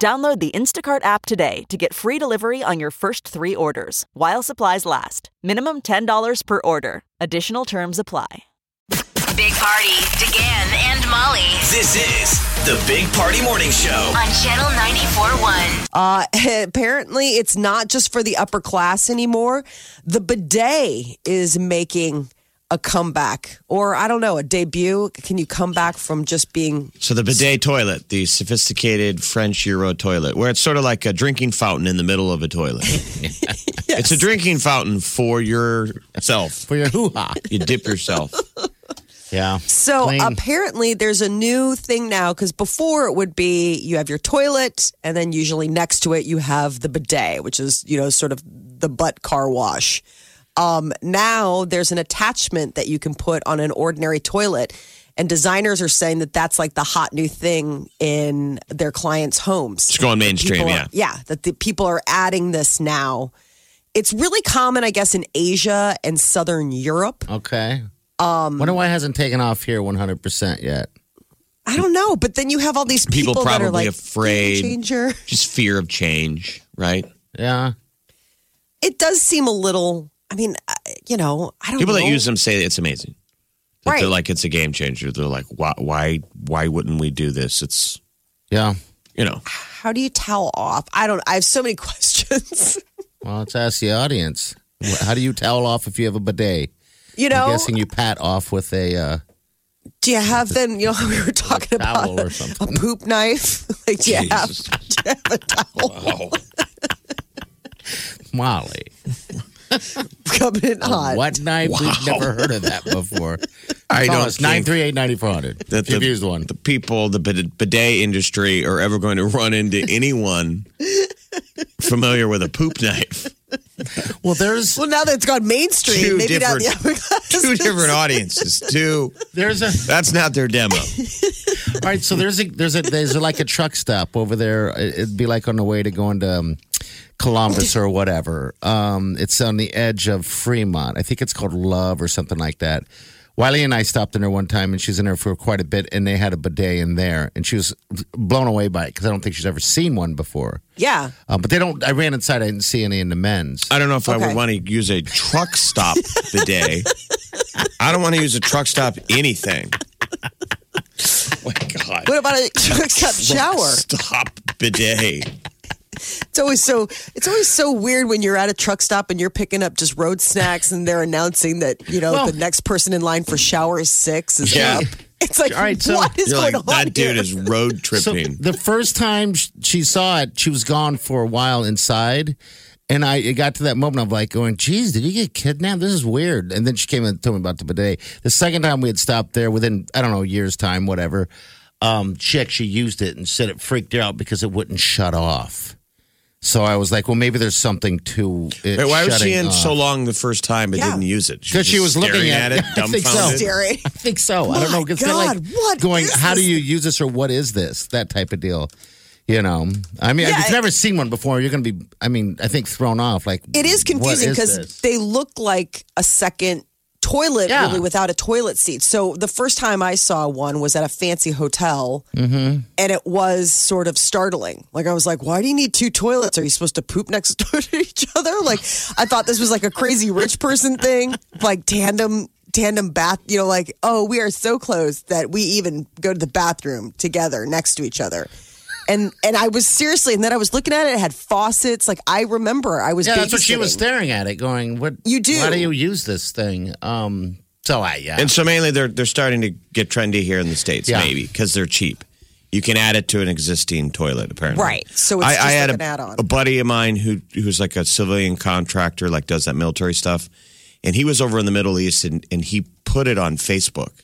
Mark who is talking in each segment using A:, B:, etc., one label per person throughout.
A: Download the Instacart app today to get free delivery on your first three orders while supplies last. Minimum $10 per order. Additional terms apply.
B: Big Party, DeGan and Molly
C: This is the Big Party Morning Show.
B: on Channel 94.1.
D: Uh, apparently, it's not just for the upper class anymore. The bidet is making a comeback, or I don't know, a debut. Can you come back from just being?
E: So the bidet toilet, the sophisticated French Euro toilet, where it's sort of like a drinking fountain in the middle of a toilet. It's a drinking fountain for yourself.
F: for your hoo ha.
E: You dip yourself.
F: Yeah.
D: So
F: Clean.
D: apparently, there's a new thing now because before it would be you have your toilet, and then usually next to it you have the bidet, which is you know sort of the butt car wash. Um, now there's an attachment that you can put on an ordinary toilet. And designers are saying that that's like the hot new thing in their clients' homes.
E: It's going mainstream,
D: People
E: yeah.
D: are- yeah, that the people are adding this now. It's really common, I guess, in Asia and Southern Europe.
F: Okay. Um, Wonder why it hasn't taken off here 100% yet.
D: I don't know, but then you have all these people,
E: People,
D: that
E: probably
D: are like
E: afraid.
D: game Mm-hmm. changer.
E: Just fear of change, right?
F: Yeah.
D: It does seem a little. I mean, I- you know, I don't.
E: People
D: know.
E: that use them say it's amazing. That
D: Right.
E: They're like it's a game changer. They're like, why, why, why wouldn't we do this? It's
F: Yeah.
E: you know,
D: How do you towel off? I don't. I have so many questions.
F: Well, let's ask the audience. Wh- How do you towel off if you have a bidet?
D: you
F: I'm
D: know,
F: guessing you pat off with a uh,
D: do you have them? You know, we were talking
F: towel
D: about
F: or
D: a
F: something.
D: poop knife. like, do you have,
E: Jesus.
D: do you have a towel
F: Molly.
D: coming in hot?
F: What knife? We've never heard of that before.
E: I
F: Call
E: don't
F: us
E: think-
F: 938 9400.
E: that
F: If you've
E: the,
F: used one.
E: the people, the bid- bidet industry, are ever going to run into anyone familiar with a poop knife.
F: Well, there's
D: Well, now that it's gone mainstream,
E: Two
D: maybe not the
E: different-
D: upper class.
E: two different audiences. Two.
F: there's a
E: That's not their demo.
F: All right, so there's a there's a there's like a truck stop over there. It- It'd be like on the way to going to um, Columbus or whatever. Um, it's on the edge of Fremont. I think it's called Love or something like that. Wiley and I stopped in there one time, and she's in there for quite a bit, and they had a bidet in there, and she was blown away by it because I don't think she's ever seen one before.
D: Yeah.
F: Uh, but they don't. I ran inside. I didn't see any in the men's.
E: I don't know if I
D: Okay.
E: would want to use a truck stop bidet. I don't want to use a truck stop anything. my God.
D: What about a truck stop shower?
E: Stop bidet.
D: It's always so it's always so weird when you're at a truck stop and you're picking up just road snacks and they're announcing that, you know,
F: Well-
D: the next person in line for shower six is
E: Yeah.
D: up. It's like
F: All right, so-
D: what is
E: You're
D: going
E: like,
D: on?
E: that dude
D: here?
E: is road
F: So
E: tripping.
F: the first time sh- she saw it, she was gone for a while inside. And I it got to that moment of like going, geez, did you get kidnapped? This is weird. And then she came and told me about the bidet. The second time we had stopped there within, I don't know, a year's time, whatever, um, she actually used it and said it freaked her out because it wouldn't shut off. So I was like, well, maybe there's something to it.
E: Wait, why was she in so
F: long?
E: long the first time but
D: Yeah.
E: didn't use it?
F: Because she was looking
E: staring
F: at it.
E: it,
F: I think so.
E: dumbfounded.
D: Staring.
F: I think so. I don't know.
D: My
F: It's not like
D: God, what
F: going,
D: is
F: how do
D: this?
F: you use this or what is this? That type of deal. You know, I mean, if you've
D: it-
F: never seen one before, you're going to be, I mean, I think thrown off. Like,
D: It is confusing because
F: because
D: they look like a second toilet
F: Yeah.
D: really without a toilet seat. So the first time I saw one was at a fancy hotel and it was sort of startling. Like I was like, why do you need two toilets? Are you supposed to poop next door to each other? Like I thought this was like a crazy rich person thing, like tandem tandem bath, you know, like, oh, we are so close that we even go to the bathroom together next to each other. And and I was seriously, and then I was looking at it. It had faucets. Like I remember, I was
F: yeah, that's what she
D: babysitting.
F: was staring at it, going, what?
D: You do.
F: Why do you use this thing? Um, so I, yeah.
E: And so mainly they're they're starting to get trendy here in the states,
F: Yeah.
E: maybe because they're cheap. You can add it to an existing toilet, apparently.
D: Right. So it's
E: I,
D: just
E: I had
D: like an
E: a,
D: add-on.
E: a buddy of mine who who's like a civilian contractor, like does that military stuff, and he was over in the Middle East, and and he put it on Facebook,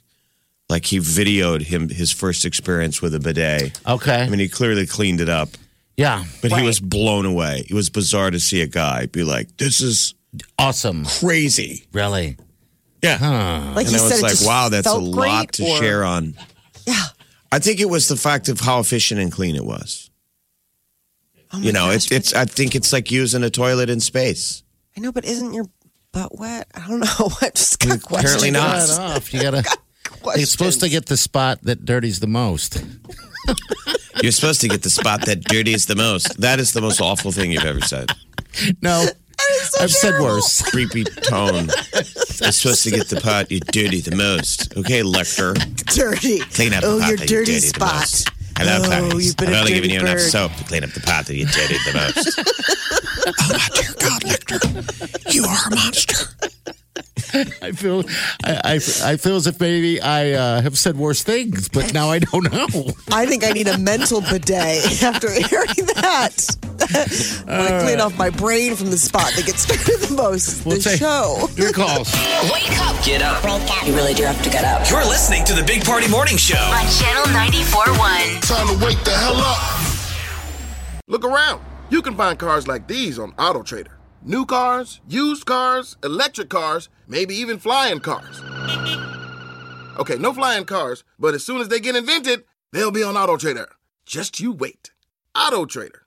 E: like he videoed him his first experience with a bidet.
F: okay.
E: I mean, he clearly cleaned it up.
F: Yeah.
E: But he was blown away. It was bizarre to see a guy be like, "This is
F: Awesome.
E: crazy."
F: Really?
E: Yeah,
D: Like
E: and
D: he
E: I
D: said,
E: was
D: it
E: like,
D: just
E: "Wow, that's a
D: felt great,
E: lot to
D: or-
E: share on." Yeah, I think it was the fact of how efficient and clean it was.
D: Oh
E: you know, it's it's. I think it's like using a toilet in space.
D: I know, but isn't your butt wet? I don't know. I just got
E: Apparently
D: questions.
E: not.
F: Cut it off. You gotta. It's
D: Questions.
F: supposed to get the spot that dirties the most.
E: You're supposed to get the spot that dirties the most. That is the most awful thing you've ever said.
F: No, I've said worse.
E: Creepy tone. You're supposed to get the pot you dirty the most. Okay, Lecter.
D: dirty.
E: Clean up
D: oh,
E: the pot
D: your
E: that
D: dirty
E: you dirty the
D: spot.
E: most. Hello,
D: oh,
E: Clarice.
D: you've been
E: I've
D: a
E: only
D: dirty
E: given you
D: bird.
E: enough soap to clean up the pot that you dirtied the most. oh, my dear God, Lecter. You are a monster.
F: I feel, I, I, I feel as if maybe I uh, have said worse things, but now I don't know.
D: I think I need a mental bidet after hearing that. I want to
E: Uh.
D: clean off my brain from the spot that gets dirty the most.
F: We'll
D: the
F: take
D: show.
F: Your calls.
B: Wake up
C: Get up.
G: You really do have to get up.
C: You're listening to the Big Party Morning Show.
B: on Channel 94.1.
H: Time to wake the hell up. Look around. You can find cars like these on AutoTrader. New cars, used cars, electric cars, maybe even flying cars. Okay, no flying cars, but as soon as they get invented, they'll be on AutoTrader. Just you wait. AutoTrader.